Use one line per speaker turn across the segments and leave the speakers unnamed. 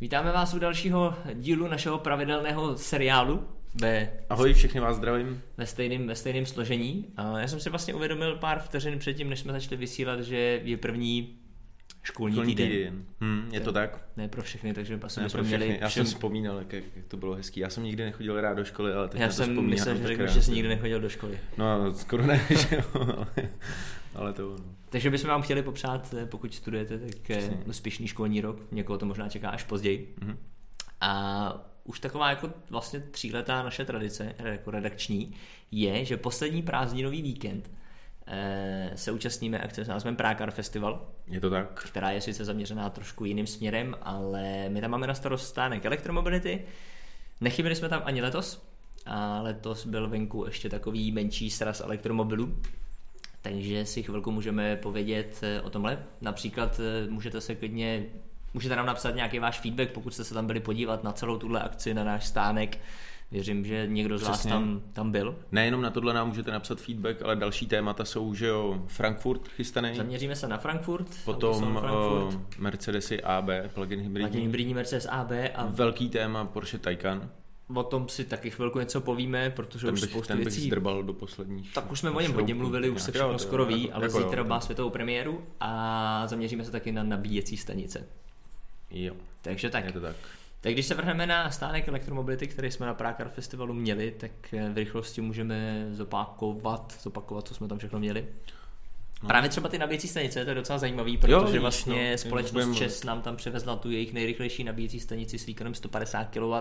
Vítáme vás u dalšího dílu našeho pravidelného seriálu ve,
Ahoj, všechny vás zdravím.
ve, stejném, ve stejném složení. A Já jsem si vlastně uvědomil pár vteřin předtím, než jsme začali vysílat, že je první školní,
Plný
týden.
týden. Hm, je to tak?
Ne pro všechny, takže asi
Ne,
bychom
pro všechny.
měli
Já
všem-
jsem vzpomínal, jak, jak to bylo hezký. Já jsem nikdy nechodil rád do školy, ale teď
Já
na to
jsem
vzpomínám.
myslel, že
tak
řekneš,
rád.
že jsi nikdy nechodil do školy.
No, skoro ne, že jo, ale, ale to ono.
Takže bychom vám chtěli popřát, eh, pokud studujete, tak eh,
Přesně.
úspěšný školní rok. Někoho to možná čeká až později.
Mhm.
A už taková jako vlastně tříletá naše tradice, re- jako redakční, je, že poslední prázdninový víkend eh, se účastníme akce s názvem Prákar Festival,
Je to tak?
která je sice zaměřená trošku jiným směrem, ale my tam máme na starost stánek elektromobility. Nechybili jsme tam ani letos, a letos byl venku ještě takový menší sraz elektromobilů, takže si chvilku můžeme povědět eh, o tomhle. Například eh, můžete se klidně Můžete nám napsat nějaký váš feedback, pokud jste se tam byli podívat na celou tuhle akci, na náš stánek. Věřím, že někdo z vás
Přesně.
tam, tam byl.
Nejenom na tohle nám můžete napsat feedback, ale další témata jsou, že jo, Frankfurt chystaný,
Zaměříme se na Frankfurt.
potom
autosalon Frankfurt,
eh, Mercedesy AB, plug-in
hladin
hybridní,
hybridní Mercedes AB a
velký téma Porsche Taycan,
O tom si taky chvilku něco povíme, protože
ten
už
bych,
spoustu
ten bych
věcí...
zdrbal do posledních.
Tak už jsme o něm
šroubů.
hodně mluvili, už se
Nějak,
všechno
jo, to jo,
skoro ví,
jako-
ale
jako jo,
zítra
to-
má světovou premiéru a zaměříme se taky na nabíjecí stanice.
Jo,
Takže tak.
je to tak.
Tak když se vrhneme na stánek elektromobility, který jsme na Prákar Festivalu měli, tak eh, v rychlosti můžeme zopakovat, zopakovat, co jsme tam všechno měli. No.
No.
Právě třeba ty nabíjecí stanice, to je docela zajímavý,
Jo,
protože
vidíš,
jo, vlastně
no,
no,
to budeme
společnost
mluvit.
ČES nám tam převezla tu jejich nejrychlejší nabíjecí stanici s výkonem 150 kW.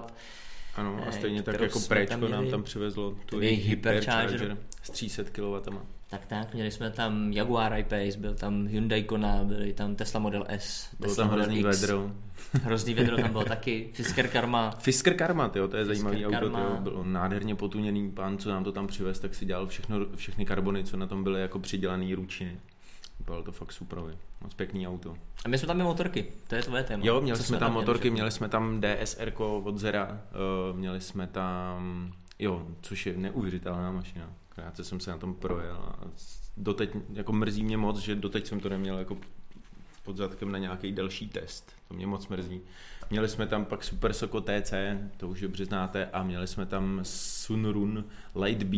Ano,
Eh,
a stejně tak
kterou
jako
jsme
Préčko
tam
nám
měli.
tam přivezlo tu
Ten
jejich
jejich hypercharger.
hypercharger s 300 kW.
Tak tak, měli jsme tam Jaguar I-Pace, byl tam Hyundai Kona, byly tam Tesla Model S,
Bylo
Tesla
tam
Model
hrozný
X.
vedro.
Hrozný vedro tam bylo taky, Fisker Karma.
Fisker Karma, jo, to je zajímavý
Fisker
auto,
Karma.
tyjo, bylo nádherně potuněný pán, co nám to tam přivez, tak si dělal všechno, všechny karbony, co na tom byly jako přidělaný ručiny. Bylo to fakt super, vy. moc pěkný auto.
A my jsme tam i motorky, to je tvoje téma.
Jo, měli
Co
jsme tam
měli
motorky,
všechno?
měli jsme tam DSR od Zera, eh, měli jsme tam, jo, což je neuvěřitelná mašina. Krátce jsem se na tom projel a s- doteď, jako mrzí mě moc, že doteď jsem to neměl jako pod zadkem na nějaký další test. To mě moc mrzí. Měli jsme tam pak Super Soko TC, to už dobře znáte, a měli jsme tam Sunrun Light B,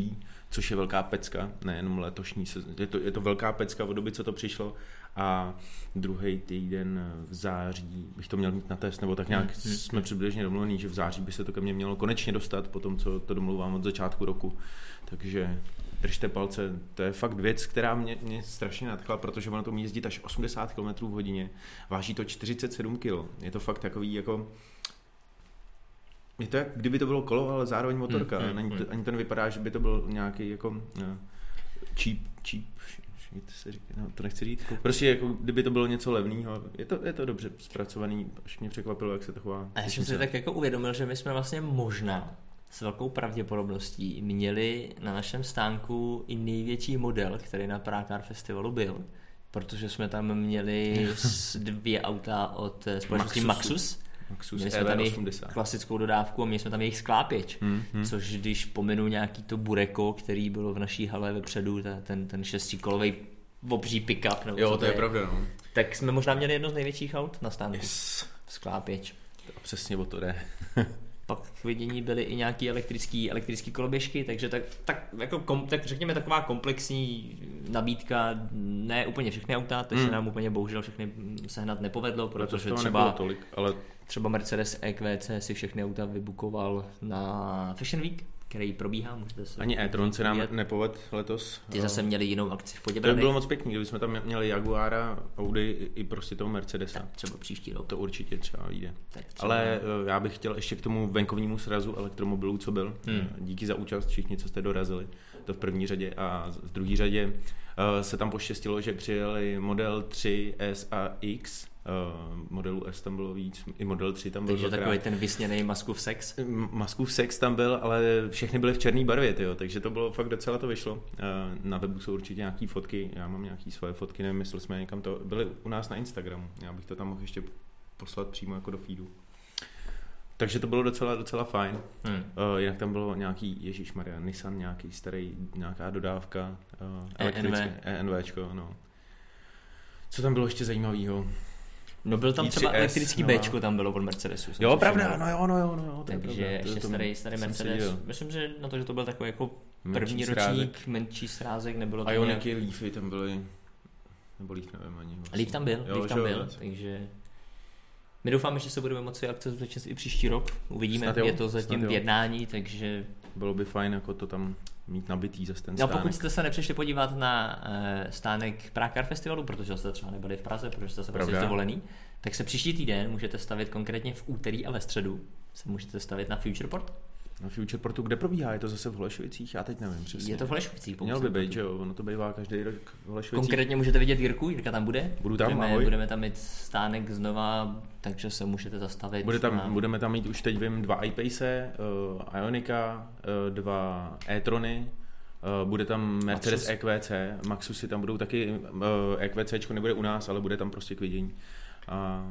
což je velká pecka, nejenom letošní sezóna. Je to, je to velká pecka od doby, co to přišlo. A druhý týden v září bych to měl mít na test, nebo tak nějak
Hmm, hmm.
jsme přibližně domluvení, že v září by se to ke mně mělo konečně dostat, po tom, co to domluvám od začátku roku. Takže držte palce, to je fakt věc, která mě, mě strašně nadchla, protože ono to umí jezdit až 80 km v hodině, váží to 47 kg, je to fakt takový jako... Je to jak kdyby to bylo kolo, ale zároveň motorka,
Hmm,
hmm,
hmm,
hmm, ani,
hmm.
to, ani to nevypadá, že by to byl nějaký jako eh, cheap, cheap, shit se říká, no, to nechci říct, prostě jako kdyby to bylo něco levného, je to, je to dobře zpracovaný, až mě překvapilo, jak se to chová.
A já jsem
Těším
si
se.
tak jako uvědomil, že my jsme vlastně možná s velkou pravděpodobností měli na našem stánku i největší model, který na Prákár Festivalu byl, protože jsme tam měli s- dvě auta od eh, společnosti
Maxusu.
Maxus.
Maxus
Měli jsme tam jejich
EV80.
klasickou dodávku a měli jsme tam jejich sklápěč.
Hmm, hmm.
Což když pominu nějaký to bureko, který bylo v naší hale vepředu, ta, ten, ten šestikolový obří pick-up, nebo co
Jo, to je pravda, no.
tak jsme možná měli jedno z největších aut na stánku, yes.
Yes.
sklápěč.
A přesně o to jde.
Pak k vidění byly i nějaký elektrický, elektrický koloběžky, takže tak, tak, jako kom, tak řekněme taková komplexní nabídka, ne úplně všechny auta, to se
Hmm.
nám úplně bohužel všechny mm, sehnat nepovedlo,
Protože
protože
to
třeba,
nebylo tolik, ale
třeba Mercedes EQC si všechny auta vybukoval na Fashion Week, který probíhá, můžete se...
ani e-tron se nám
Je-
nepovedl letos.
Ty zase měli jinou akci v
To by
Poděbradech.
bylo moc pěkný, kdybychom tam měli Jaguára, Audi i- i prostě toho Mercedesa.
Třeba příští rok.
To určitě třeba vyjde.
Tak třeba.
Ale eh, já bych chtěl ještě k tomu venkovnímu srazu elektromobilů, co byl.
Hmm.
Eh, Díky za účast všichni, co jste dorazili. To v první řadě. A z- v druhé řadě eh, se tam poštěstilo, že přijeli model 3 S a X. Eh, Modelů S tam bylo víc, i model 3 tam byl
Takže
dvakrát.
takový ten vysněný Maskův sex.
Maskův sex tam byl, ale všechny byly v černé barvě, tyjo, takže to bylo fakt docela to vyšlo. Eh, Na webu jsou určitě nějaké fotky, já mám nějaké svoje fotky, nevím, jestli jsme je někam to... Byly u nás na Instagramu, já bych to tam mohl ještě poslat přímo jako do feedu. Takže to bylo docela, docela fajn.
Hmm.
Eh, Jinak tam bylo nějaký, Ježíš Maria, Nissan, nějaký starý, nějaká dodávka. eh, E
ENV.
elektrické- ENVčko, no. Co tam bylo ještě zajímavého?
No byl tam
i3S,
třeba elektrický
no.
Bčko, tam bylo od Mercedesu. jsem
Jo,
si
pravda,
všiml.
no jo, no jo, no jo. to je
Takže
pravda, to-
ještě
to
starý, starý
jsem si
Mercedes.
dělal.
Myslím, že na to, že to byl takový jako
Menší
první
srázek.
ročník, menší srázek, nebylo to
A jo,
nějak-
nějaké lífy tam byly. Nebo líf nevím ani. Vlastně.
Líp tam byl,
Jo,
jo, líp
že
tam
jo,
byl,
tak.
takže my doufáme, že se budeme moci akce zúčastnit i příští rok. Uvidíme,
Snad jo,
je to
snad
zatím
jo.
v jednání, takže
Bylo by fajn jako to tam mít nabitý za ten
no,
stánek.
pokud jste se nepřišli podívat na uh, stánek Prague Car Festivalu, protože jste třeba nebyli v Praze, protože jste se prostě
Pravda.
zvolený, tak se příští týden můžete stavit konkrétně v úterý a ve středu. Se můžete stavit na Futureport.
Na Futureportu, kde probíhá? Je to zase v Holešovicích? Já teď nevím přesně.
Je to v Holešovicích. pokud
Měl
se
by
nepletu.
být, že jo, ono to bývá každý rok v Holešovicích.
Konkrétně můžete vidět Jirku, Jirka tam bude.
Budu tam,
budeme,
ahoj.
budeme tam mít stánek znova, takže se můžete zastavit.
Bude
na-
tam, budeme tam mít už teď vím dva iPace, uh, Ionika, uh, dva e-trony, uh, bude tam Mercedes
Maxus.
EQC, Maxusy tam budou taky, uh, EQCčko nebude u nás, ale bude tam prostě k vidění. A,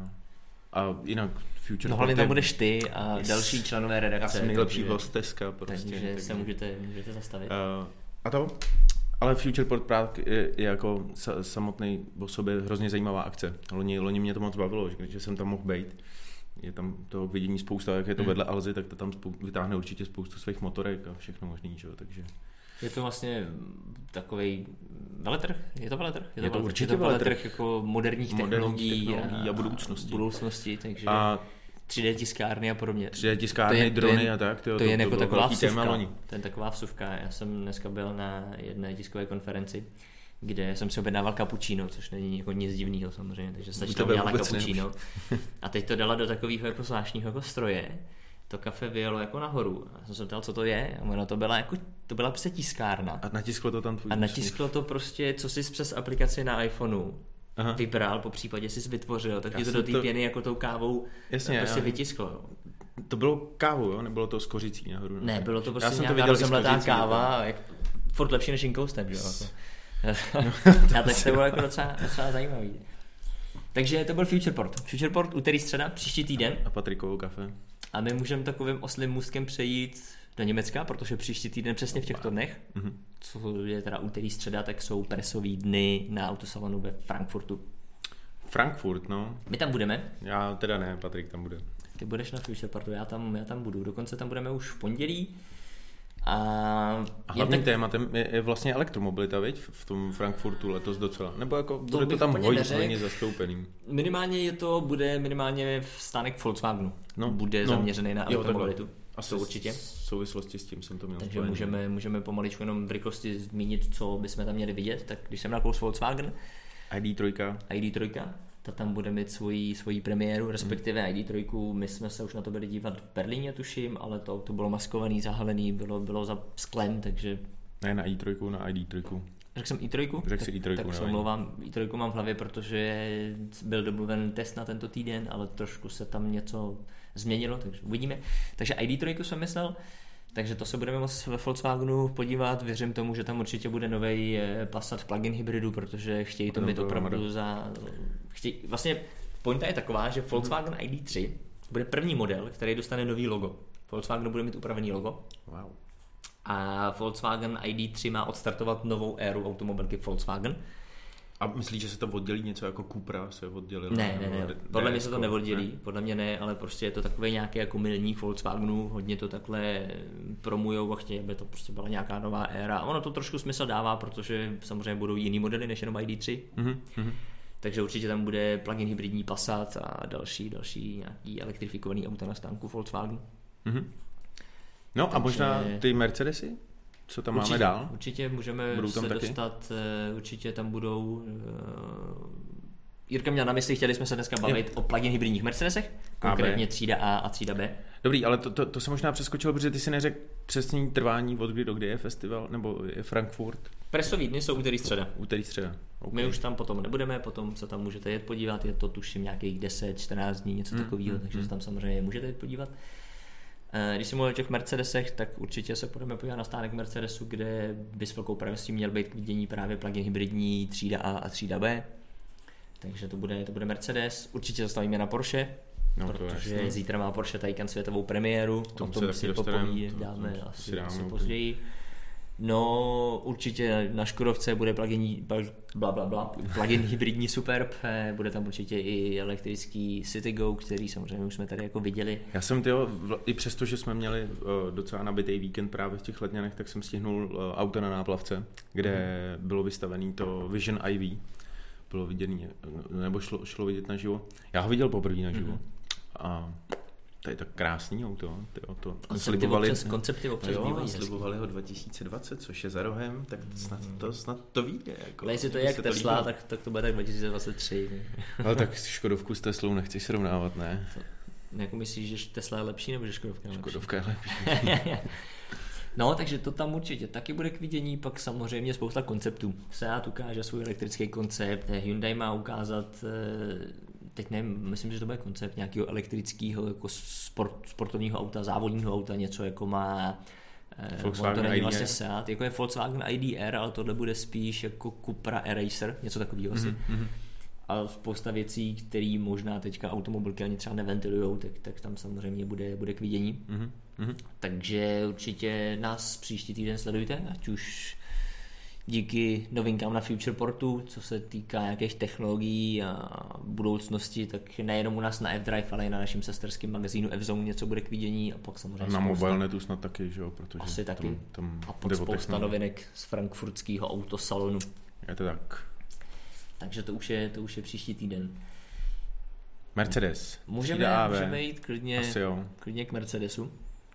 a jinak Future
No hlavně
Port
tam
je-
budeš ty a
Yes.
další členové redakce.
Já jsem nejlepší
takže-
hosteska prostě.
Takže se můžete, můžete zastavit.
Uh, a to? Ale Futureport Prague je, je jako sa, samotný o sobě hrozně zajímavá akce. Loni, loni mě to moc bavilo, že, že jsem tam mohl být. Je tam toho k vidění spousta, jak je to
Hmm.
vedle Alzy, tak to tam spou- vytáhne určitě spoustu svých motorek a všechno možný, že jo, takže
Je to vlastně takový veletrh? Je to veletrh?
Je to
veletrh.
určitě
je to veletrh,
veletrh.
jako moderních
Moderních
technologií,
technologií a budoucnosti.
budoucnosti, takže a
a
3D tiskárny a podobně.
3D
To
tiskárny,
je- to
drony
je-
a tak, tyjo,
to, je jako
bylo
taková
velký téma
vsuvka.
loni.
To je taková vsuvka. Já jsem dneska byl na jedné tiskové konferenci, kde jsem si objednával cappuccino, což není jako nic divného samozřejmě, takže stačí
tebe
udělala
vůbec ne.
cappuccino. A teď to dala do takového jako zvláštního jako stroje. To kafe vyjelo jako nahoru. A já jsem se ptal, co to je. A ono to byla jako, to byla prostě tiskárna.
A natisklo to tam tvůj
A natisklo to prostě, co jsi přes aplikaci na iPhoneu
Aha.
vybral, po případě jsi vytvořil, tak
Já
ti to
jsem
do té
to-
pěny jako tou kávou
Jasně,
prostě
já-
vytisklo. jo.
To bylo kávou, jo? Nebylo to s kořicí nahoru?
Ne, bylo to prostě
Hmm. Já jsem to
nějaká
viděl i s
rozemletá
kořicí,
káva, jak, furt lepší než Incoastem, že jo?
No,
jako. A tak to bylo jako docela, docela zajímavý. Takže to byl Futureport. Futureport úterý středa, příští týden.
A Patrikovo kafe.
A my můžeme takovým oslým můstkem přejít do Německa, protože příští týden přesně v těchto dnech,
Mhm.
co je teda úterý středa, tak jsou presový dny na autosalonu ve Frankfurtu.
Frankfurt, no.
My tam budeme,
Já teda ne, Patrik tam bude.
ty budeš na Futureportu, já tam, já tam budu, dokonce tam budeme už v pondělí. A,
A
jen
hlavním tak... tématem je, je vlastně elektromobilita, viď? V tom Frankfurtu letos docela. Nebo jako to bude to
bych
tam
úplně
hoj-
neřekl.
hojně zastoupený.
Minimálně je to, bude minimálně v stánek Volkswagenu.
No,
No, bude
no,
no, zaměřený na
jo, takhle.
automobilitu.
A
To určitě.
V souvislosti s tím jsem to měl.
Takže
spojený.
můžeme, můžeme pomaličku jenom v rychlosti zmínit, co bychom tam měli vidět. Tak když jsem na kous Volkswagen,
ID3,
ID3, ta tam bude mít svoji, svoji premiéru, respektive
Hmm.
ID3. My jsme se už na to byli dívat v Berlíně, tuším, ale to auto bylo maskovaný, zahalený, bylo, bylo za sklem, takže
ne na i3, na ID3.
Řekl jsem i3?
Řekl jsi i3,
Tak, tak se
nevadí.
omlouvám, i3 mám v hlavě, protože byl domluven test na tento týden, ale trošku se tam něco změnilo, takže uvidíme. Takže ID3 jsem myslel, takže to se budeme moc ve Volkswagenu podívat. Věřím tomu, že tam určitě bude nový Passat plug-in hybridu, protože chtějí to
Ano,
mít
to je
opravdu
mada.
za... Chtějí... Vlastně pointa je taková, že Volkswagen ID3 bude první model, který dostane nový logo. Volkswagen bude mít upravený logo,
Wow.
a Volkswagen ID3 má odstartovat novou éru automobilky Volkswagen.
A myslíš, že se to oddělí něco jako Cupra se oddělilo?
Ne, ne,
Nebo jako-
ne. Podle mě se to
DSko,
neoddělí, podle mě ne, ale prostě je to takový nějaký jako milník Volkswagenu, hodně to takhle promujou a chtějí, aby to prostě byla nějaká nová éra. A ono to trošku smysl dává, protože samozřejmě budou jiný modely než jenom ID3,
Mhm, mhm.
takže určitě tam bude plug-in hybridní Passat a další, další nějaký elektrifikovaný auta na stánku Volkswagen.
mhm. No a
Takže-
možná ty Mercedesy? Co tam
určitě,
máme dál?
Určitě můžeme
Budou tam
se
taky?
dostat, eh, určitě tam budou... eh, Jirka měl na mysli, chtěli jsme se dneska bavit o plug-in hybridních Mercedesech, konkrétně třída A a třída B.
Dobrý, ale to, to, to se možná přeskočilo, protože ty si neřekl přesný trvání od kdy do kdy je festival, nebo je Frankfurt,
Presový dny jsou úterý středa.
úterý, středa. Okay.
My už tam potom nebudeme, potom se tam můžete jet podívat, je to tuším nějakých 10, 14 dní, něco takového, takže se tam samozřejmě můžete jít podívat. Eh, Když jsem mluvil o těch Mercedesech, tak určitě se půjdeme podívat na stánek Mercedesu, kde by s velkou pravostí měl být k vidění právě plug-in hybridní třída A a třída B. Takže to bude, to bude Mercedes. Určitě zastavíme na Porsche,
No,
no,
to je
protože
jasný.
zítra má Porsche Taycan světovou premiéru.
tomu
o
se
tom
taky
si
dostaneme,
popoví
to-
dáme
to si
asi,
dáme
asi
úplně.
později. No, určitě na Škodovce bude plug-in, bla, bla, bla, plug-in hybridní Superb, eh, bude tam určitě i elektrický Citygo, který samozřejmě už jsme tady jako viděli.
Já jsem tyjo, vl- i přesto, že jsme měli uh, docela nabitý víkend právě v těch letňanech, tak jsem stihnul uh, auto na náplavce, kde
Mhm.
mm. bylo vystavený to Vision IV. Bylo viděný, eh, nebo šlo, šlo vidět naživo. Já ho viděl poprvé naživo. Mm.
Mhm.
A to je tak krásný auto. Tyjo, to
Koncepty občas, koncepty občas
jo,
bývají hezký.
slibovali ho 2020, což je za rohem, tak snad to, snad to vyjde. Jako,
Hmm. Ale jestli to je
Mně
jak
se
Tesla,
líbilo.
tak, tak to bude tak 2023.
Ale tak Škodovku s Teslou nechci srovnávat, ne?
Jako myslíš, že Tesla je lepší nebo že Škodovka je lepší?
Škodovka je lepší.
No, takže to tam určitě taky bude k vidění, pak samozřejmě spousta konceptů. Seat ukáže svůj elektrický koncept, eh, Hyundai má ukázat, eh, teď nevím, myslím, že to bude koncept nějakého elektrického jako sport, sportovního auta, závodního auta, něco jako má eh,
Volkswagen
on to není
ID.R.
vlastně Seat, jako je Volkswagen IDR, ale tohle bude spíš jako Cupra Eraser, něco takového asi. Mm-hmm. A spousta věcí, které možná teďka automobilky ani třeba neventilují, tak, tak tam samozřejmě bude, bude k vidění.
Mhm, mhm.
Takže určitě nás příští týden sledujte, ať už díky novinkám na Futureportu, co se týká nějakých technologií a budoucnosti, tak nejenom u nás na F-Drive, ale i na našem sesterském magazínu f něco bude k vidění a pak samozřejmě
A na
spousta-
mobilnetu snad taky, že jo? Protože
Asi
tam,
taky.
Tam
a pak
jde o
spousta
technologii.
novinek z frankfurtského autosalonu.
Je to tak.
Takže to už je, to už je příští týden.
Mercedes. třída
Můžeme,
AV.
můžeme jít klidně,
Asi jo.
klidně k Mercedesu.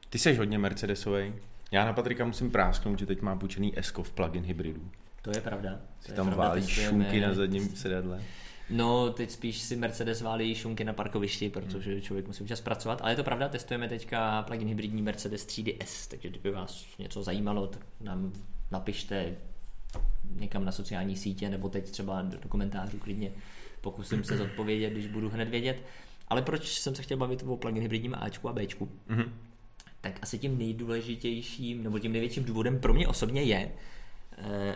Ty seš hodně Mercedesovej. Já na Patrika musím prásknout, že teď má půjčený Esko v plug-in hybridu.
To je pravda. To
Si
je
tam
pravda,
válí
testujeme-
šunky na zadním sedadle.
No, teď spíš si Mercedes válí šunky na parkovišti, protože člověk musí občas pracovat, ale je to pravda, testujeme teďka plug-in hybridní Mercedes třídy S, takže kdyby vás něco zajímalo, tak nám napište někam na sociální sítě, nebo teď třeba do, do komentářů klidně pokusím se zodpovědět, když budu hned vědět. Ale proč jsem se chtěl bavit o plug-in hybridním Ačku a Bčku?
Mhm.
tak asi tím nejdůležitějším, nebo tím největším důvodem pro mě osobně je, eh,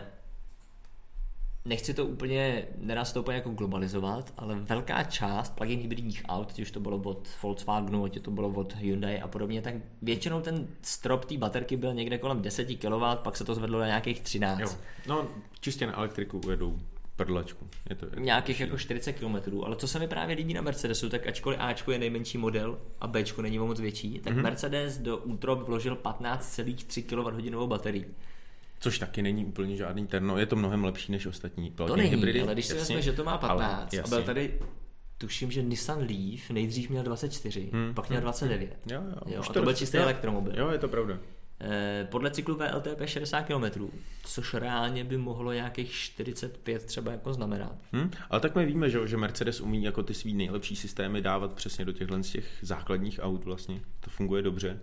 nechci to úplně, nedá se to úplně jako globalizovat, ale velká část plug-in hybridních aut, ať už to bylo od Volkswagenu, ať to bylo od Hyundai a podobně, tak většinou ten strop té baterky byl někde kolem 10 kW, pak se to zvedlo na nějakých 13.
Jo. No, čistě na elektriku ujedou prdlačku. Je to, je to
Nějakých jako 40 km, ale co se mi právě líbí na Mercedesu, tak ačkoliv Ačko je nejmenší model a Bčko není o moc větší, tak
Mhm.
mm-hmm. Mercedes do útrop vložil 15,3 kWh baterii.
Což taky není úplně žádný terno, je to mnohem lepší než ostatní plug-in
To není,
hybridy.
ale když si
jasně,
vezme, že to má 15
ale,
a byl
jasně.
tady, tuším, že Nissan Leaf nejdřív měl 24,
Mhm.
hmm. pak měl 29.
Jo, jo,
Jo,
už
a to byl čistý
jo,
elektromobil.
Jo, je to pravda.
Eh, Podle cyklu VLTP 60 km, což reálně by mohlo nějakých 45 třeba jako znamenat.
Hm? Ale tak my víme, že, jo, že Mercedes umí jako ty svý nejlepší systémy dávat přesně do těchhle z těch základních aut vlastně. To funguje dobře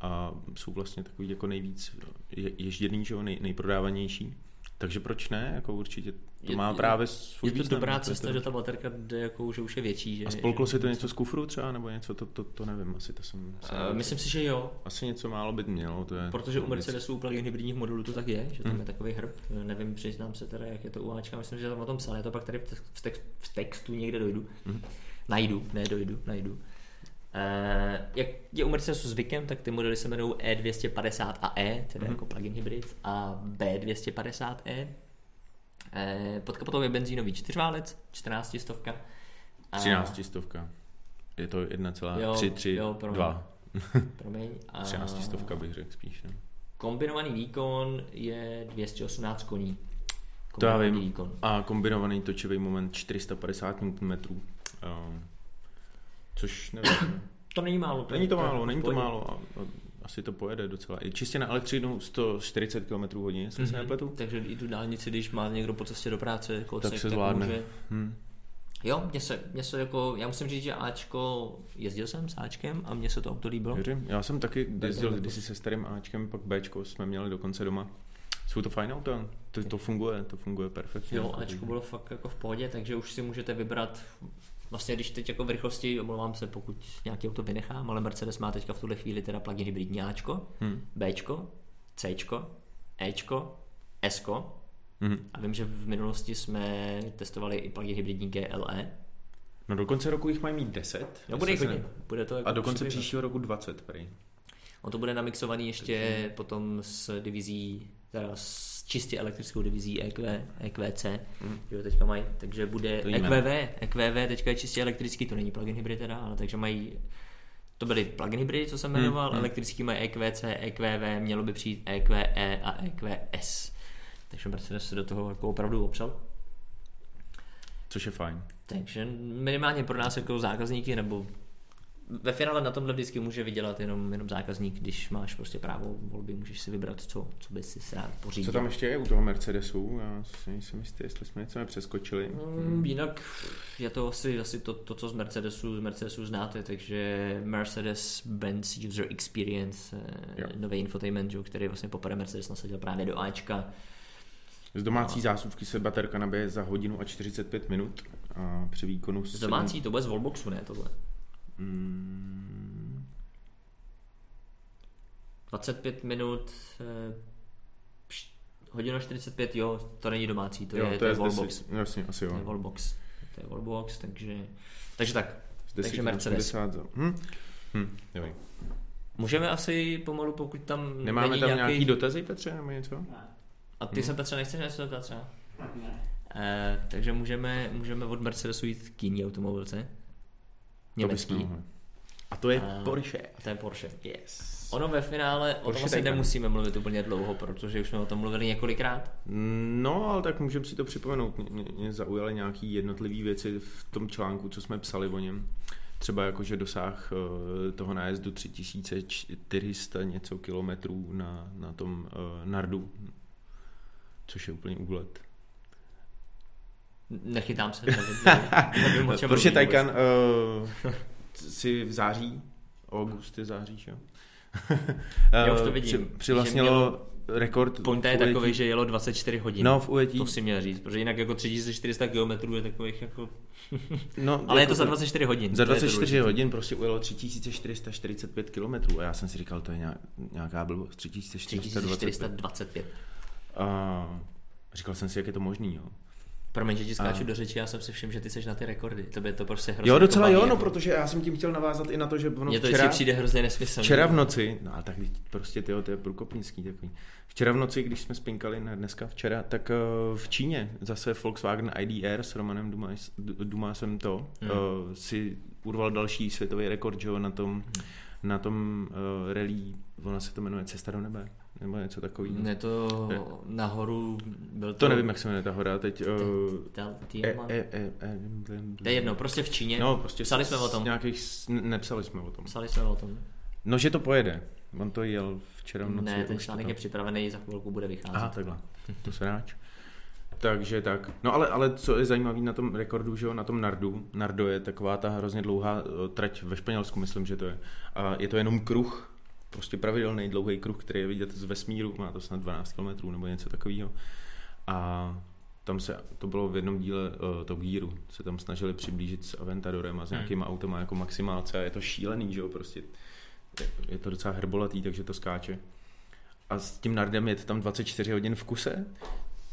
a jsou vlastně takový jako nejvíc je- ježděný, že jo, nej, nejprodávanější. Takže proč ne? Jako určitě to
Je-
má
je-
právě svůj
Je to
význam.
dobrá
to je
cesta,
to-
že ta baterka jde jako, že už je větší. Že,
A spolklo si to něco z kufru třeba, nebo něco, to, to, to nevím, asi to jsem...
že... Eh, Myslím si, že jo,
Asi něco málo by mělo, to je...
Protože u Mercedesu u plug-in hybridních modelů to tak je, že tam je takový hrb. Nevím, přiznám se teda, jak je to u Ačka, myslím, že tam o tom psal, já to pak tady v tex- v, tex, v textu někde dojdu. Najdu, ne dojdu, najdu. Eh, jak je u Mercedesu zvykem, tak ty modely se jmenují E250 a E, tedy jako plug-in hybrid, a B250e. E. Eh, podkapotově benzínový čtyřválec, 14 stovka.
13 stovka. Je to
Jo,
1,332.
jo,
Pro...
promiň. Promiň, a
13 stovka bych řekl spíš. Ne?
Kombinovaný výkon je 218 koní.
To já
Kombinovaný
vím.
Výkon.
A kombinovaný točivý moment 450 Nm. Um, což nevím.
To není málo. je-
není to
je
málo,
jako
není to
v pohodě.
málo. A, a, asi to pojede docela. I čistě na elektřinu 140 km hodině, jestli mm-hmm. se nepletu.
Mhm. Takže i tu dálnici, když má někdo po cestě do práce, kousek,
se zvládne.
může.
Hm.
Jo, mně se, mně se jako, já musím říct, že Ačko, jezdil jsem s Ačkem a mně se to auto líbilo.
Věřím. Já jsem taky jezdil
No. to-
kdysi se starým Ačkem, pak Bčko jsme měli dokonce doma. Jsou to fajn auta, to, to funguje, to funguje perfektně.
Jo, Ačko bylo fakt jako v pohodě, takže už si můžete vybrat, vlastně když teď jako v rychlosti, omlouvám se, pokud nějaký auto vynechám, ale Mercedes má teďka v tuhle chvíli teda plug-in hybridní Ačko,
Hm.
Bčko, Cčko, Ečko, Sko.
Mhm.
A vím, že v minulosti jsme testovali i plug-in hybridní GLE.
No do konce roku jich mají mít 10.
No bude jich
jestli se
hodně.
ne-
Bude to jako
A do konce
přibývat.
příštího roku 20, prej.
On to bude namixovaný ještě potom s divizí teda s čistě elektrickou divizí E EQ, EQC, mm. jo, teďka mají, takže bude
Mhm.
E
To víme.
EQV, EQV teďka je čistě elektrický, to není plug-in hybrid teda, ale takže mají, to byly plug-in hybridy, co jsem
Mm,
jmenoval,
mm.
elektrický mají E EQC, EQV, mělo by přijít EQE a EQS. Takže Mercedes se do toho jako opravdu opřel.
Což je fajn.
Takže minimálně pro nás jako zákazníky, nebo ve finále na tomhle vždycky může vydělat jenom, jenom zákazník, když máš prostě právo volby, můžeš si vybrat, co, co by si rád pořídil.
Co tam ještě je u toho Mercedesu? Já si nejsem jistý, jestli jsme něco nepřeskočili.
Mm, Jinak je to asi, asi to, to, co z Mercedesu, z Mercedesu znáte, takže Mercedes-Benz User Experience, eh,
Jo.
nový infotainment, jo, který vlastně poprvé Mercedes nasadil právě do Ačka.
Z domácí zásuvky se baterka nabije za hodinu a 45 minut a při výkonu...
Z
sedm-
domácí to bude z Volboxu, ne tohle?
Mm,
25 minut, eh, pš- hodina 45, jo, to není domácí, to,
jo,
je,
to je z
Volbox.
10, jasně, asi
To je
jo.
Volbox. To je Volbox, takže, takže tak.
Z
takže
10 na
Mercedes.
60 za- Hm? Hm, dobrý.
Můžeme asi pomalu, pokud tam
Nemáme
není
tam
nějaký...
Hm, nějaký Mhm. dotazy, Petře, nebo něco?
A ty se Petře nechceš něco zeptat třeba? Eh, takže můžeme, můžeme od Mercedesu jít k jiný automobilce.
To bychom
Německý.
mohli. A to je
A-
Porsche.
A to je Porsche.
Yes.
Ono ve finále o tom
Porsche
asi
Taycan.
nemusíme mluvit úplně dlouho, protože už jsme o tom mluvili několikrát.
No, ale tak můžeme si to připomenout. Mě, mě- mě zaujaly nějaké jednotlivé věci v tom článku, co jsme psali o něm. Třeba jako, že dosáh eh, toho nájezdu 3400 něco kilometrů na, na tom eh, Nardu, což je úplně úlet.
Nechytám se. nevím- nevím- nevím, o čem
Porsche
mluví
Taycan eh, si v září, august je září, že jo?
Já už to
Eh,
vidím,
Při,
že
přivlastnilo
mělo-
rekord.
Pointa je
v ujetí-
takový, že jelo 24 hodin.
No, v ujetí.
To si měl říct, protože jinak jako 3400 km je takových jako...
No,
Ale je
jako
to za 24 hodin.
Za
to je to
24
důležité.
hodin prostě ujelo 3445 km a já jsem si říkal, to je nějak- nějaká blbost, 3425.
3425.
A říkal jsem si, jak je to možný, jo.
Promiň, že ti skáču
A-
do řeči, já jsem si všiml, že ty seš na ty rekordy. Tebe to prostě hrozně
Jo, docela
jako
jo,
baví,
no
jako.
protože já jsem tím chtěl navázat i na to, že ono
Mně to
včera,
vždycky přijde hrozně nesmysl.
včera v noci, no ale tak teď prostě tyjo, to je průkopnický takový. Včera v noci, když jsme spinkali na dneska včera, tak eh, v Číně zase Volkswagen IDR s Romanem Dumas, D- Dumasem to
Hmm.
eh, si urval další světový rekord, že jo, na
Hmm.
tom, na tom uh, rally, ona se to jmenuje Cesta do nebe, nebo něco takového.
Ne to
Ne.
nahoru byl
To nevím, jak se jmenuje ta hora teď. eh,
Tel-
e,
Tiamat?
e, e, e, blem,
To je jedno, prostě v Číně.
No, prostě
Psali
s-
jsme o tom.
s Nějakých, s- n- nepsali jsme o tom.
Psali jsme o tom.
No, že to pojede. On to jel včera v noci.
Ne, ten
už to
článek
tam-
je připravený, za chvilku bude vycházet.
no. Aha, takhle. To se ráč. Takže tak. No ale, ale co je zajímavé na tom rekordu, že jo, na tom Nardu. Nardo je taková ta hrozně dlouhá eh, trať ve Španělsku, myslím, že to je. A je to jenom kruh, prostě pravidelný dlouhý kruh, který je vidět z vesmíru, má to snad 12 km nebo něco takového. A tam se, to bylo v jednom díle uh, Top Gearu, se tam snažili přiblížit s Aventadorem a s nějakýma hmm. autama jako maximálce a je to šílený, že jo, prostě je, je to docela herbolatý, takže to skáče. A s tím Nardem je to tam 24 hodin v kuse,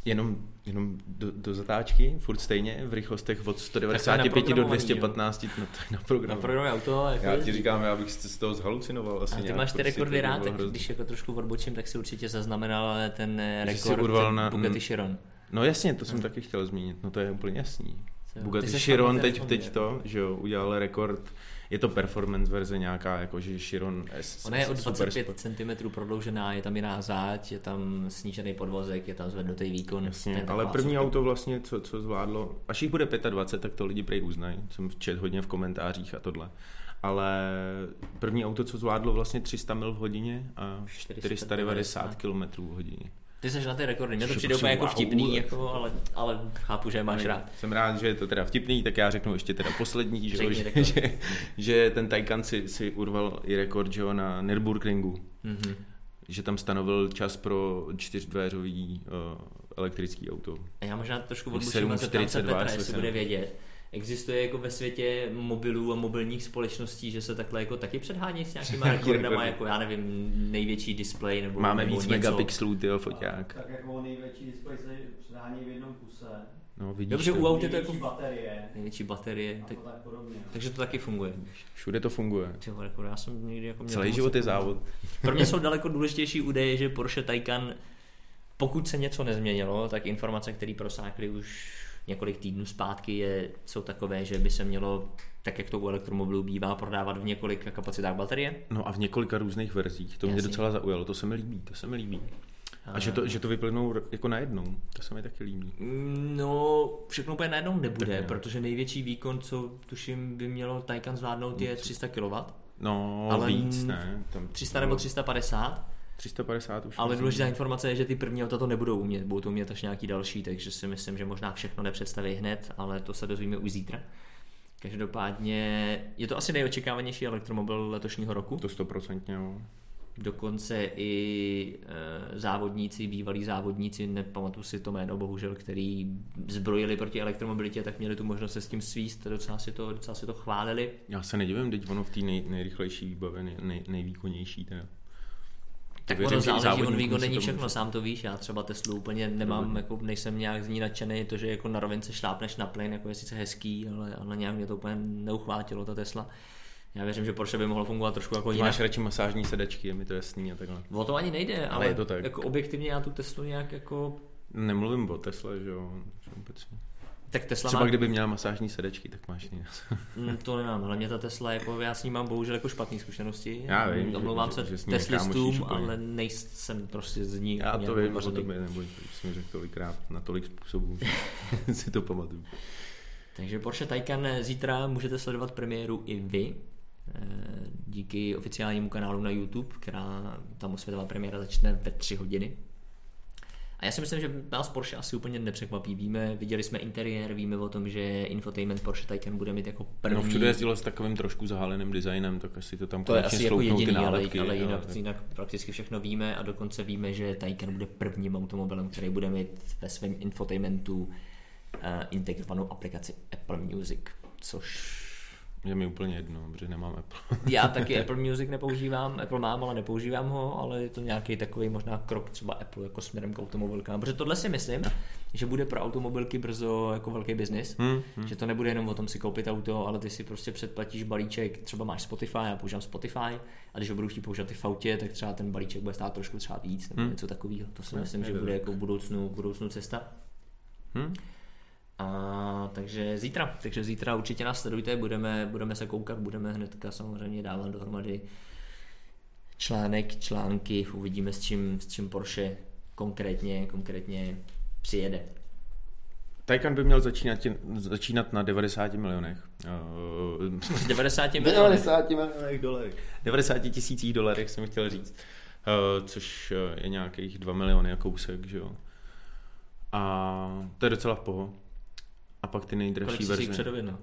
jenom, jenom do, do zatáčky, furt stejně, v rychlostech od 195 do
naprogramovaný,
215, no to je na
Na
programu.
prodej auto, jako
Já ti říkám, já bych se z toho zhalucinoval asi
a ty
nějak,
máš ty
prostě to by
rekordy rád,
bylo
tak
hrozný.
když jako trošku odbočím, tak si určitě zaznamenal ale ten eh,
Že jsi
rekord
urval
ten
na-
Bugatti Chiron.
No jasně, to jsem taky chtěl zmínit, no to je úplně jasný.
Co- ty
Bugatti
seš
Chiron
fakt na
teď,
telefonu,
teď
že?
to, že jo, udělal rekord, je to performance verze nějaká, jakože Chiron S.
Ona je o
super
25
sport.
cm prodloužená, je tam jiná záď, je tam snížený podvozek, je tam zvednutý výkon. To
Jasně,
je
ale
taková
první
super-
auto vlastně, co, co zvládlo, až jich bude 25, tak to lidi prej uznají, jsem včet hodně v komentářích a tohle. Ale první auto, co zvládlo vlastně 300 mil v hodině a 490 km v hodině.
Ty jsi na ty rekordy, mě to
Což je
přijde úplně
prostě
jako
wow.
vtipný, jako, ale, ale chápu, že je máš rád.
Jsem rád, že je to teda vtipný, tak já řeknu ještě teda poslední, že, jo,
Řekni
že,
rekord.
že, že ten Taycan si, si urval i rekord že jo, na Nürburgringu,
Mhm.
že tam stanovil čas pro čtyřdveřový uh, elektrický auto.
A já možná trošku
Když
odlučím a zeptám se
7.42
Petra,
jestli
jestli
jsem-
bude vědět. Existuje jako ve světě mobilů a mobilních společností, že se takhle jako taky předhání s nějakýma
Nějaký
rekordama,
rekordy.
jako já nevím, největší displej nebo
Máme
nebo
víc
něco.
megapixelů, tyjo, foťák.
Tak jako největší displej se předhání v jednom kuse.
No, vidíš
Dobře,
to.
u aut je to jako
Největší baterie.
největší baterie,
A
tak,
to tak podobně.
takže to taky funguje.
Všude to funguje.
Ty vole, jako já jsem někdy jako měl
Celý
moc
život je
jako-
závod.
Pro mě jsou daleko důležitější údaje, že Porsche Taycan Pokud se něco nezměnilo, tak informace, které prosákly už několik týdnů zpátky, je, jsou takové, že by se mělo, tak jak to u elektromobilů bývá, prodávat v několika kapacitách baterie.
No a v několika různých verzích. To mě
Jasně.
docela zaujalo, to se mi líbí, to se mi líbí. A že to, že to vyplynou r- jako najednou, to se mi taky líbí.
No, všechno úplně najednou nebude,
Tak
ne.
ne.
protože největší výkon, co tuším by mělo Taycan zvládnout, je 300 kW.
No,
Ale
ale víc,
n-
ne? Tam
300 nebo 350,
350 už.
ale
myslím.
důležitá informace je, že ty první auta to nebudou umět, budou to umět až nějaký další, takže si myslím, že možná všechno nepředstaví hned, ale to se dozvíme už zítra. Každopádně je to asi nejočekávanější elektromobil letošního roku.
To stoprocentně, jo.
Dokonce i e, závodníci, bývalí závodníci, nepamatuji si to jméno, bohužel, který zbrojili proti elektromobilitě, tak měli tu možnost se s tím svíst, docela si to, docela si to chválili.
Já se nedivím, teď ono v té nej, nejrychlejší výbavě, nej, nej, nejvýkonnější teda.
Tak
Věřím,
ono
že i
záleží, on
závodníkům
výkon
se
není
to
všechno,
může.
sám to víš, já třeba Teslu úplně nemám, jako nejsem nějak z ní nadšený, to, že jako na rovince šlápneš na plyn, jako je sice hezký, ale, ale nějak mě to úplně neuchvátilo ta Tesla. Já věřím, že Porsche by mohlo fungovat trošku jako
Ty
jinak.
máš radši masážní sedačky, je mi to jasný a takhle.
O to ani nejde, ale,
je to tak.
jako objektivně já tu Teslu nějak jako...
Nemluvím o Tesle, že jo. že vůbec.
Tak Tesla
Třeba
má...
kdyby měla masážní sedačky, tak máš jiný.
Mm, to nemám, hlavně ta Tesla, jako já s ní mám bohužel jako špatné zkušenosti.
Já vím, že-
Omlouvám
že-
se
že s ní
Teslistům,
nekámošíš úplně.
ale nejsem prostě z ní.
Já to
nějak
vím, o
odvařený.
tobě neboj, to už jsem mi řekl tolikrát na tolik způsobů, že si to pamatuju.
Takže Porsche Taycan zítra můžete sledovat premiéru i vy. eh, Díky oficiálnímu kanálu na YouTube, která tam světová premiéra začne ve 3 hodiny. A já si myslím, že nás Porsche asi úplně nepřekvapí. Víme, viděli jsme interiér, víme o tom, že infotainment Porsche Taycan bude mít jako první.
No všude jezdilo s takovým trošku zahaleným designem, tak asi to tam
To je
konečně
asi jako
sloupnou
jediný,
ty nálepky.
ale, ale
jo,
jinak,
tak-
jinak prakticky všechno víme a dokonce víme, že Taycan bude prvním automobilem, který bude mít ve svém infotainmentu uh, integrovanou aplikaci Apple Music, což
Je mi úplně jedno, protože nemám Apple.
já taky Apple Music nepoužívám, Apple mám, ale nepoužívám ho, ale je to nějaký takový možná krok třeba Apple jako směrem k automobilkám, protože tohle si myslím, že bude pro automobilky brzo jako velký biznis,
Hmm,
hmm. že to nebude jenom o tom si koupit auto, ale ty si prostě předplatíš balíček, třeba máš Spotify, já používám Spotify a když ho budu chtít používat i v autě, tak třeba ten balíček bude stát trošku třeba víc nebo hmm.
Hmm.
něco takového. To si
Ne,
myslím, že
nejde
bude
tak.
jako v budoucnu, v budoucnu cesta.
Hm?
A, takže zítra, takže zítra určitě nás sledujte, budeme, budeme se koukat, budeme hnedka samozřejmě dávat dohromady článek, články, uvidíme s čím, s čím Porsche konkrétně, konkrétně přijede.
Taycan by měl začínat, začínat na 90 milionech. Eh,
Z 90 milionů.
milionech dolarů. 90 tisících dolarech jsem chtěl říct. Eh, Což eh, je nějakých 2 miliony a kousek, že jo. A to je docela v poho. A pak ty
Kolik
nejdražší
jsi si No,
verze.
předobědno?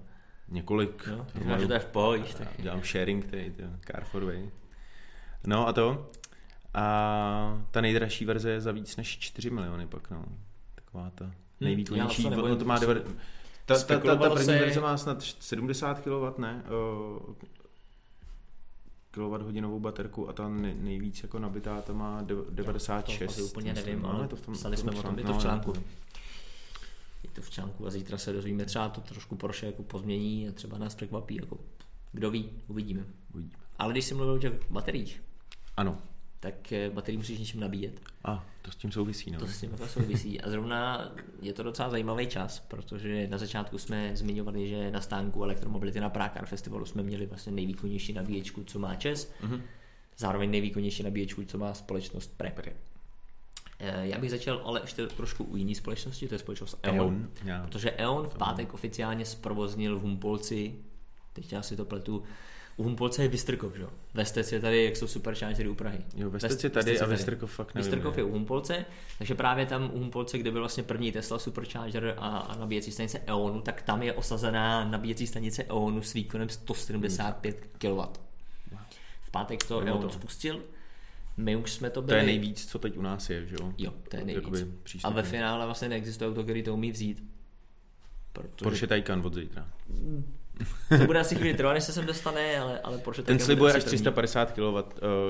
Několik.
No, ty
Normálně
říkáš, že to je v pohodě. víš, tak.
Já dělám sharing tady, to je car for way. No a to. A ta nejdražší verze je za víc než 4 miliony pak, no. Taková ta
Hm, já se
nejvýkonnější. Hmm,
nebojím,
to má
prostě.
9... Ta, ta, ta, ta
Spekulovalo
první
se-
verze má snad 70 kW, ne? kilowatt hodinovou baterku a ta nej, nejvíc jako nabitá, ta má dev- 96.
asi úplně
myslím. No,
nevím,
Máme
ale psali jsme o tom, je to v
no,
článku.
jo.
Je to v článku a zítra se dozvíme, třeba to trošku Porsche jako pozmění a třeba nás překvapí, jako kdo ví, uvidíme.
Uvidíme.
Ale když jsi mluvil o těch bateriích,
Ano.
tak eh, baterii musíš něčím nabíjet.
A to s tím souvisí, no.
To s tím jako souvisí. A zrovna je to docela zajímavý čas, protože na začátku jsme zmiňovali, že na stánku elektromobility na Prague Car Festivalu jsme měli vlastně nejvýkonnější nabíječku, co má ČES, mm-hmm. zároveň nejvýkonnější nabíječku, co má společnost Pre. Eh, Já bych začal ale ještě trošku u jiné společnosti, to je společnost E.ON.
Eon, já.
Protože E.ON v pátek oficiálně zprovoznil v Humpolci, teď já si to pletu, u Humpolce je Vystrkov, že jo? Vestec je tady, jak jsou super tady u Prahy.
Jo, Vestec
Vest-
je tady a Vystrkov fakt nevím,
Vystrkov
ne.
je u Humpolce, takže právě tam u Humpolce, kde byl vlastně první Tesla Supercharger a, a nabíjecí stanice EONu, tak tam je osazená nabíjecí stanice EONu s výkonem 175 kW. V pátek to
Jdeme
EON
to.
spustil, my už jsme to
To
byli...
je nejvíc, co teď u nás je, že jo?
Jo, to je nejvíc.
Jako Jakoby
A
přístupný.
ve finále vlastně neexistuje auto, který to umí vzít. Protože
Porsche Taycan od zítra.
to bude asi chvíli trvat, než se sem dostane, ale, ale Porsche
Ten
Taycan
slibuje
bude
až
asi první.
350 kW,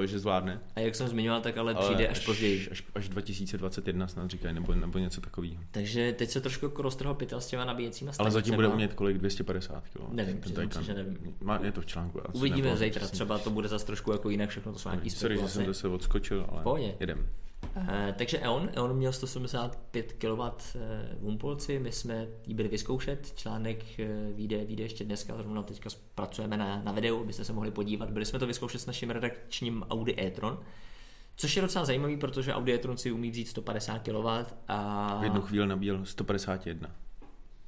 eh, že zvládne.
A jak jsem zmiňoval, tak ale, ale přijde až později.
Až, až 2021 snad říkají, nebo, nebo něco takového.
Takže teď se trošku jako roztrhl pytel s těma nabíjecíma
Ale zatím bude
stanicema.
umět kolik? 250 kg.
Nevím, přiznám se, že nevím.
Má, je to v článku. já si
Uvidíme
nepamatuju
zítra,
přesně.
třeba to bude zase trošku jako jinak, všechno to jsou nějaký
Sorry, že
spekulace.
jsem zase odskočil, ale
Pohodě.
jedem.
Eh, takže EON, EON měl 175 kW eh, v Humpolci, my jsme ji byli vyzkoušet, článek eh, vyjde, vyjde ještě dneska, zrovna teďka pracujeme na, na videu, abyste se mohli podívat. Byli jsme to vyzkoušet s naším redakčním Audi e-tron, což je docela zajímavý, protože Audi e-tron si umí vzít 150 kW a
V jednu chvíli nabíjel 151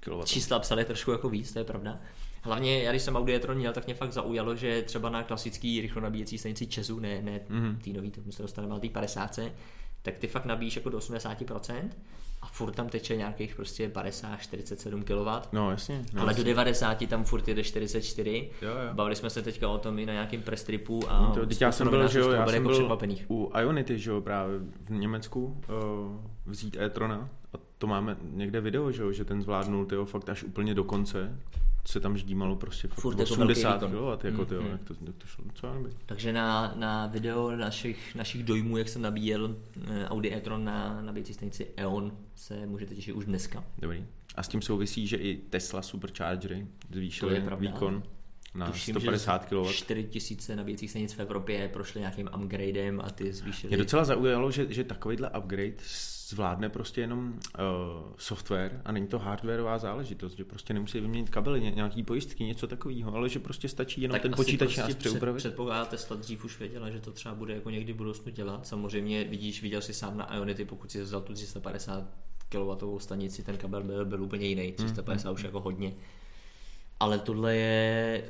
kW.
čísla psali trošku jako víc, to je pravda. Hlavně, já když jsem Audi e-tron měl, tak mě fakt zaujalo, že třeba na klasický rychlonabíjecí stanici Česu, ne, ne
Mhm.
mm-hmm. tý nový, tomu se dostaneme na tý 50, tak ty fakt nabíjíš jako do 80% a furt tam teče nějakých prostě 50, 47 kW.
No jasně. No,
Ale do
jasně.
90 tam furt jede 44.
Jo, jo.
Bavili jsme se teďka o tom i na nějakém press tripu a
To, teď
spousta
já jsem byl,
novinářů
že jo,
z toho
já
byli
jsem
jako
byl
překvapených.
u Ionity, že jo, právě v Německu uh, vzít e-trona a to máme někde video, že jo, že ten zvládnul tyjo, fakt až úplně do konce, se tam ždímalo prostě fakt
Furt je to velký
80
výkon.
kW, jako tyjo,
Mhm.
jak to, jak to šlo, co já nevím.
Takže na, na video našich, našich dojmů, jak jsem nabíjel eh, Audi e-tron na nabíjecí stanici E.ON, se můžete těšit už dneska.
Dobrý. A s tím souvisí, že i Tesla superchargery
To je
zvýšily
pravda.
výkon na
Tuším, že
150 kW.
4000 nabíjecích stanic v Evropě prošly nějakým upgradem a ty zvýšily.
Mě docela zaujalo, že, že takovýhle upgrade zvládne prostě jenom uh, software a není to hardwareová záležitost, že prostě nemusí vyměnit kabely, ně- nějaký pojistky, něco takového, ale že prostě stačí jenom ten
asi prostě
počítač nás
před-
přeupravit.
Předpokládá Tesla dřív už věděla, že to třeba bude jako někdy v budoucnu dělat. Samozřejmě vidíš, viděl jsi sám na Ionity, pokud si vzal tu 350 kW stanici, ten kabel byl, byl úplně jiný,
Mhm,
350 už jako hodně. Ale tohle je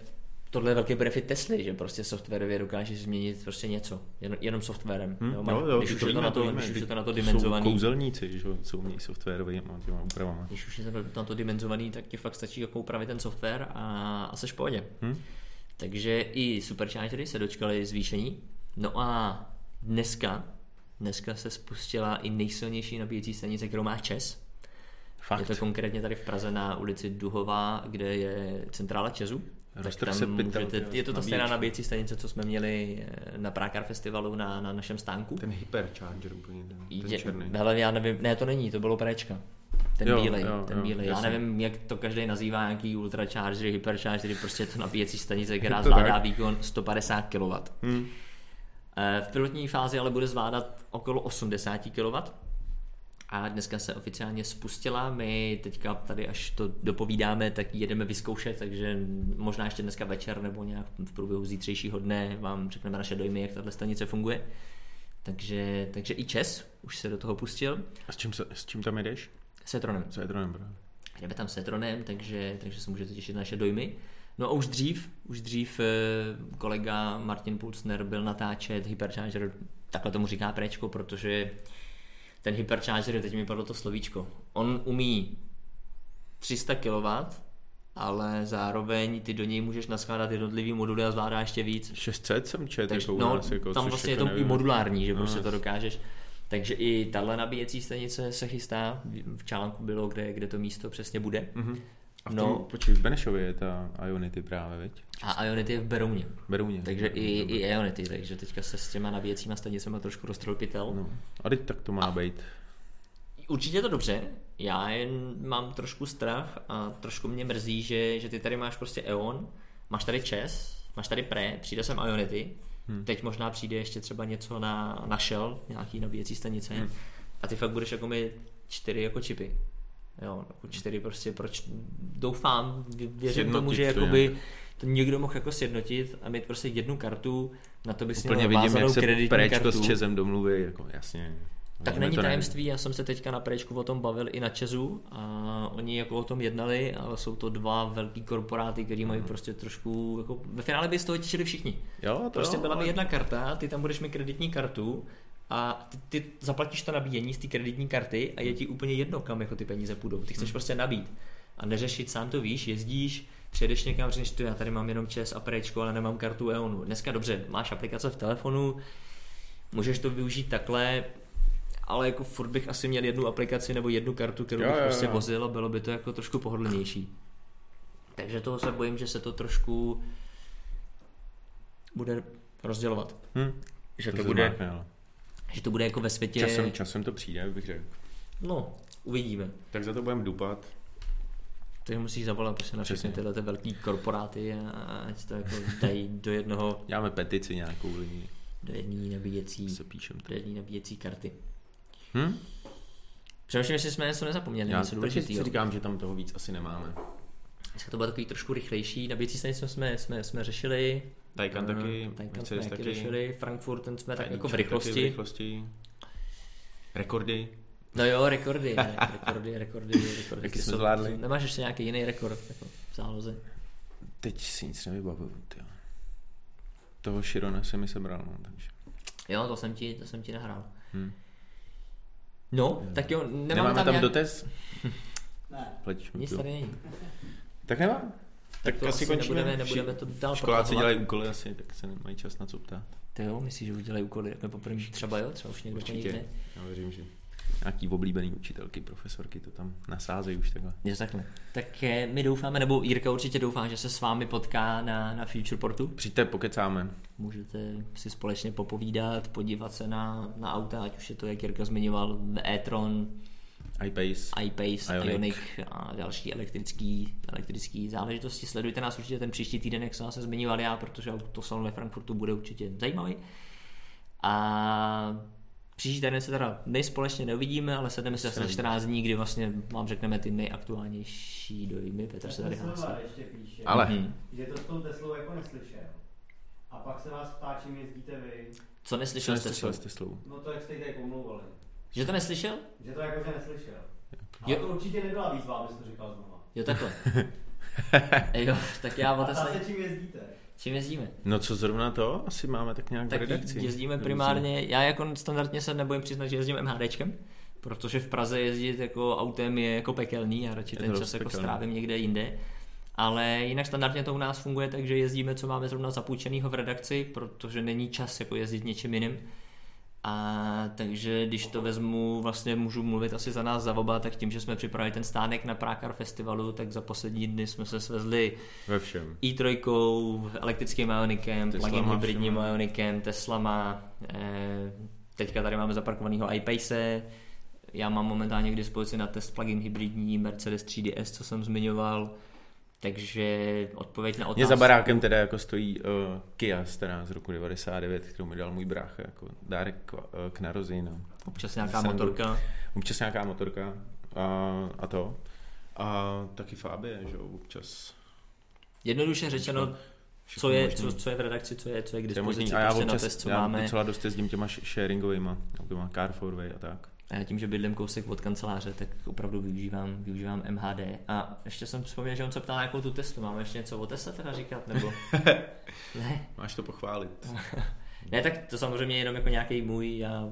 tohle je velký benefit Tesly, že prostě softwarově dokážeš změnit prostě něco, jen, jenom softwarem.
Hm?
Jo, když, už je to
víme,
na to,
víme,
když už je to na to
jsou
dimenzovaný,
Kouzelníci, že jo, co umějí softwarovými těma úpravama.
Když už je to na to dimenzovaný, tak ti fakt stačí jako upravit ten software a, a seš v pohodě.
Hm?
Takže i superchargery se dočkali zvýšení. No a dneska, dneska se spustila i nejsilnější nabíjecí stanice, kterou má ČES. Je
Fakt.
to konkrétně tady v Praze na ulici Duhová, kde je centrála ČESu.
Roztrh se pytel,
můžete,
ty
je to ta stejná
nabíječka.
nabíjecí stanice, co jsme měli eh, na Prákar festivalu na, na našem stánku.
Ten hypercharger úplně, ten, ten
Je,
černý.
hele, já nevím, ne, to není, to bylo Prčka. Ten
Jo,
bílej,
jo,
ten
jo,
bílej. Já
jasně.
nevím, jak to každý nazývá, nějaký ultrachargery, hyperchargery, prostě je to nabíjecí stanice, která
to
zvládá
tak.
výkon 150 kW.
Hm.
Eh, V pilotní fázi ale bude zvládat okolo 80 kW. A dneska se oficiálně spustila, my teďka tady, až to dopovídáme, tak ji jedeme vyzkoušet, takže možná ještě dneska večer nebo nějak v průběhu zítřejšího dne vám řekneme naše dojmy, jak tahle stanice funguje. Takže, takže i Čes už se do toho pustil
A s čím, se, s čím tam jedeš?
s Etronem.
Co je to nebrá?
Jdeme tam s Etronem, takže, takže se můžete těšit na naše dojmy. No a už dřív, už dřív eh, kolega Martin Pulsner byl natáčet Hypercharger, takhle tomu říká prečko, protože ten Hypercharger, teď mi padlo to slovíčko, on umí 300 kW, ale zároveň ty do něj můžeš naskládat jednotlivý moduly a zvládá ještě víc.
600 jsem čet,
Takže,
jako u
no,
nás, jako,
tam
což
vlastně je
jako
to i
nevím.
modulární, že
No,
prostě to
jasně.
dokážeš. Takže i tahle nabíjecí stanice se chystá, v článku bylo, kde, kde to místo přesně bude.
Mhm. A v
No.
tom, počkej, v Benešově je ta Ionity právě, veď?
A Ionity je v Berouně.
Berouně.
Takže i,
Dobrý.
i Ionity, takže teďka se s těma nabíjecíma stanicema trošku roztrolpitel. No.
No. A teď tak to má být.
Určitě je to dobře, já jen mám trošku strach a trošku mě mrzí, že, že ty tady máš prostě Eon, máš tady Čes, máš tady Pre, přijde sem Ionity, hmm. teď možná přijde ještě třeba něco na, na Shell, nějaký nabíjecí stanice hmm. a ty fakt budeš jako mít čtyři jako čipy. Jo, jako čtyři prostě, proč doufám, vě- věřím
Sjednotit
tomu, že
to
jakoby to někdo mohl jako sjednotit a mít prostě jednu kartu, na to by si
Úplně
měl
vidím, jak
vázanou
se E
kreditní
Prečko
kartu.
s Čezem domluví, jako jasně.
Tak
Vezme
není
to, ne?
tajemství, já jsem se teďka na Prečku o tom bavil i na Česu a oni jako o tom jednali, ale jsou to dva velký korporáty, který
Mhm.
mají prostě trošku, jako ve finále by z toho těšili všichni.
Jo, No to
Prostě
jo,
byla by
ale-
jedna karta, ty tam budeš mít kreditní kartu a ty, ty zaplatíš to nabíjení z té kreditní karty a je ti úplně jedno, kam jako ty peníze půjdou. Ty
Mhm.
chceš prostě nabít a neřešit, sám to víš, jezdíš, přijedeš někam, řekneš, ty já tady mám jenom ČES a Prečko, ale nemám kartu E EONu. Dneska dobře, máš aplikace v telefonu, můžeš to využít takhle, ale jako furt bych asi měl jednu aplikaci nebo jednu kartu, kterou
Jo,
bych
jo,
prostě
jo.
vozil a bylo by to jako trošku pohodlnější. Takže toho se bojím, že se to trošku bude rozdělovat.
Hm,
Že to,
se
bude,
zmákne, ale.
že to bude jako ve světě...
Časem, časem to přijde, bych řekl.
No, uvidíme.
Tak za to budeme dupat.
Takže musíš zavolat prostě na všechny
Přesně.
tyhle ty velký korporáty a a ať to jako dají do jednoho,
Děláme petici nějakou lidí,
do jedné nabíjecí,
se píšem.
do jedné nabíjecí karty.
Hm?
Přemýšlím, jestli jsme něco nezapomněli,
Já
něco
taky si
důležitého.
říkám, že tam toho víc asi nemáme.
Dneska to bylo takový trošku rychlejší. Nabíjecí stanice jsme, jsme, jsme řešili.
Taycan taky,
Taycan jsme
Mercedes
taky,
taky,
řešili. Frankfurt, ten jsme tak
Taycan
jako v
taky V
rychlosti.
rychlosti. Rekordy.
No jo, rekordy, ne, rekordy, rekordy, rekordy.
Taky
Ty
jsme
jsou-
zvládli.
Nemáš ještě nějaký jiný rekord jako v záloze?
Teď si nic nevybavuju, tyjo. Toho Širona se mi sebral, no, takže.
Jo, to jsem ti, to jsem ti nahrál.
Hm.
No, tak jo, nemám
Nemáme tam,
nějak...
dotaz?
Ne.
Pleč,
Nic tady není.
Tak nemám.
Tak, to asi končíme. Nebudeme,
Vši-
nebudeme to dál
Školáci
protahovat.
dělají úkoly asi, tak se nemají čas na co ptát.
To jo, myslíš, že už dělají úkoly jako poprvé? Třeba jo, třeba už někdo
Určitě.
Určitě.
Já věřím, že nějaký oblíbený učitelky, profesorky to tam nasázejí už takhle.
Jo, takhle. Tak eh, my doufáme, nebo Jirka určitě doufá, že se s vámi potká na, na Futureportu.
Přijďte, pokecáme.
Můžete si společně popovídat, podívat se na, na auta, ať už je to, jak Jirka zmiňoval, e-tron,
iPace.
iPace,
Ioniq.
Ionic. Ionic a další elektrický, elektrický záležitosti. Sledujte nás určitě ten příští týden, jak jsem se zmiňoval já, protože to salon ve Frankfurtu bude určitě zajímavý. A příští týden se teda nejspolečně neuvidíme, ale sedneme se asi na 14 dní, kdy vlastně vám řekneme ty nejaktuálnější dojmy. Petr se tady hlásí.
Tesla ještě píše,
Ale
Mhm.
že to s tou Teslou jako neslyšel. A pak se vás ptá, čím jezdíte vy.
Co neslyšel jste
slyšel
Teslu?
jste slovo?
No to jak jste tady pomluvali.
Že to neslyšel?
Že to jakože neslyšel.
Jo.
Ale to určitě nebyla výzva, abys to říkal znova.
Jo, takhle. jo, tak já o
A ptá
Tesla.
se, čím jezdíte.
Čím jezdíme?
No co zrovna to? Asi máme tak nějak
Tak
v redakci.
jezdíme
Nebo
primárně, já jako standardně se nebojím přiznat, že jezdím MHDčkem, protože v Praze jezdit jako autem je jako pekelný a radši
Je to
ten
dost
čas jako
pekelný.
strávím někde jinde. Ale jinak standardně to u nás funguje tak, že jezdíme, co máme zrovna zapůjčenýho v redakci, protože není čas jako jezdit něčím jiným. A takže když to vezmu, vlastně můžu mluvit asi za nás za oba, tak tím, že jsme připravili ten stánek na Prákar festivalu, tak za poslední dny jsme se svezli
Ve všem.
i3, E elektrickým Ionikem,
Teslama
plug-in hybridním
všema.
Ionikem, Teslama, eh, teďka tady máme zaparkovanýho iPace, já mám momentálně k dispozici na test plug-in hybridní Mercedes 3DS, co jsem zmiňoval, takže odpověď na
Mě
otázku.
za barákem teda jako stojí uh, Kia stará z roku 99, kterou mi dal můj brácha jako dárek k, uh, k narozeninám.
Občas nějaká
Srandu.
motorka.
Občas nějaká motorka a, a to. A taky Fabie, že jo, občas.
Jednoduše řečeno,
Všechno
co je,
možný.
co, co je v redakci, co je, co je k
To je možný.
dispozici,
A já
prostě na
občas
test, co
já
máme.
docela dost jezdím těma sh- sharingovýma, těma car for way a tak.
A já tím, že bydlím kousek od kanceláře, tak opravdu využívám, využívám MHD. A ještě jsem vzpomněl, že on se ptal na jakou tu Teslu. Máme ještě něco o Tesle teda říkat? Nebo... ne.
Máš to pochválit.
ne, tak to samozřejmě je jenom jako nějaký můj, já...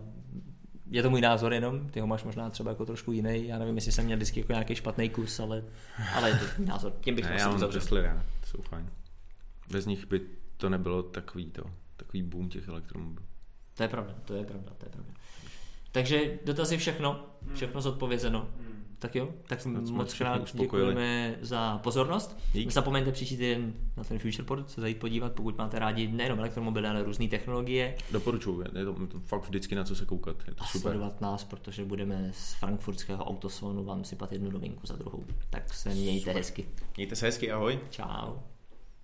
je to můj názor jenom, ty ho máš možná třeba jako trošku jiný, já nevím, jestli jsem měl vždycky jako nějaký špatný kus, ale, ale je to můj názor, tím bych to
Ne,
asi
já mám
uzavřel.
Tesly rád, jsou fajn. Bez nich by to nebylo takový to, takový boom těch elektromobilů.
To je pravda, to je pravda, to je pravda. Takže dotazy všechno, všechno zodpovězeno.
Hmm.
Tak jo, tak
Snad jsme
moc
všechny
krát
uspokojili.
děkujeme za pozornost.
Dík.
Nezapomeňte příští týden na ten Futureport se zajít podívat, pokud máte rádi nejenom elektromobily, ale různé technologie.
Doporučuju, je to, je to fakt vždycky na co se koukat, je to
A
super.
sledovat nás, protože budeme z frankfurtského autosonu vám sypat jednu novinku za druhou. Tak se mějte hezky.
Mějte se hezky, ahoj.
Čau.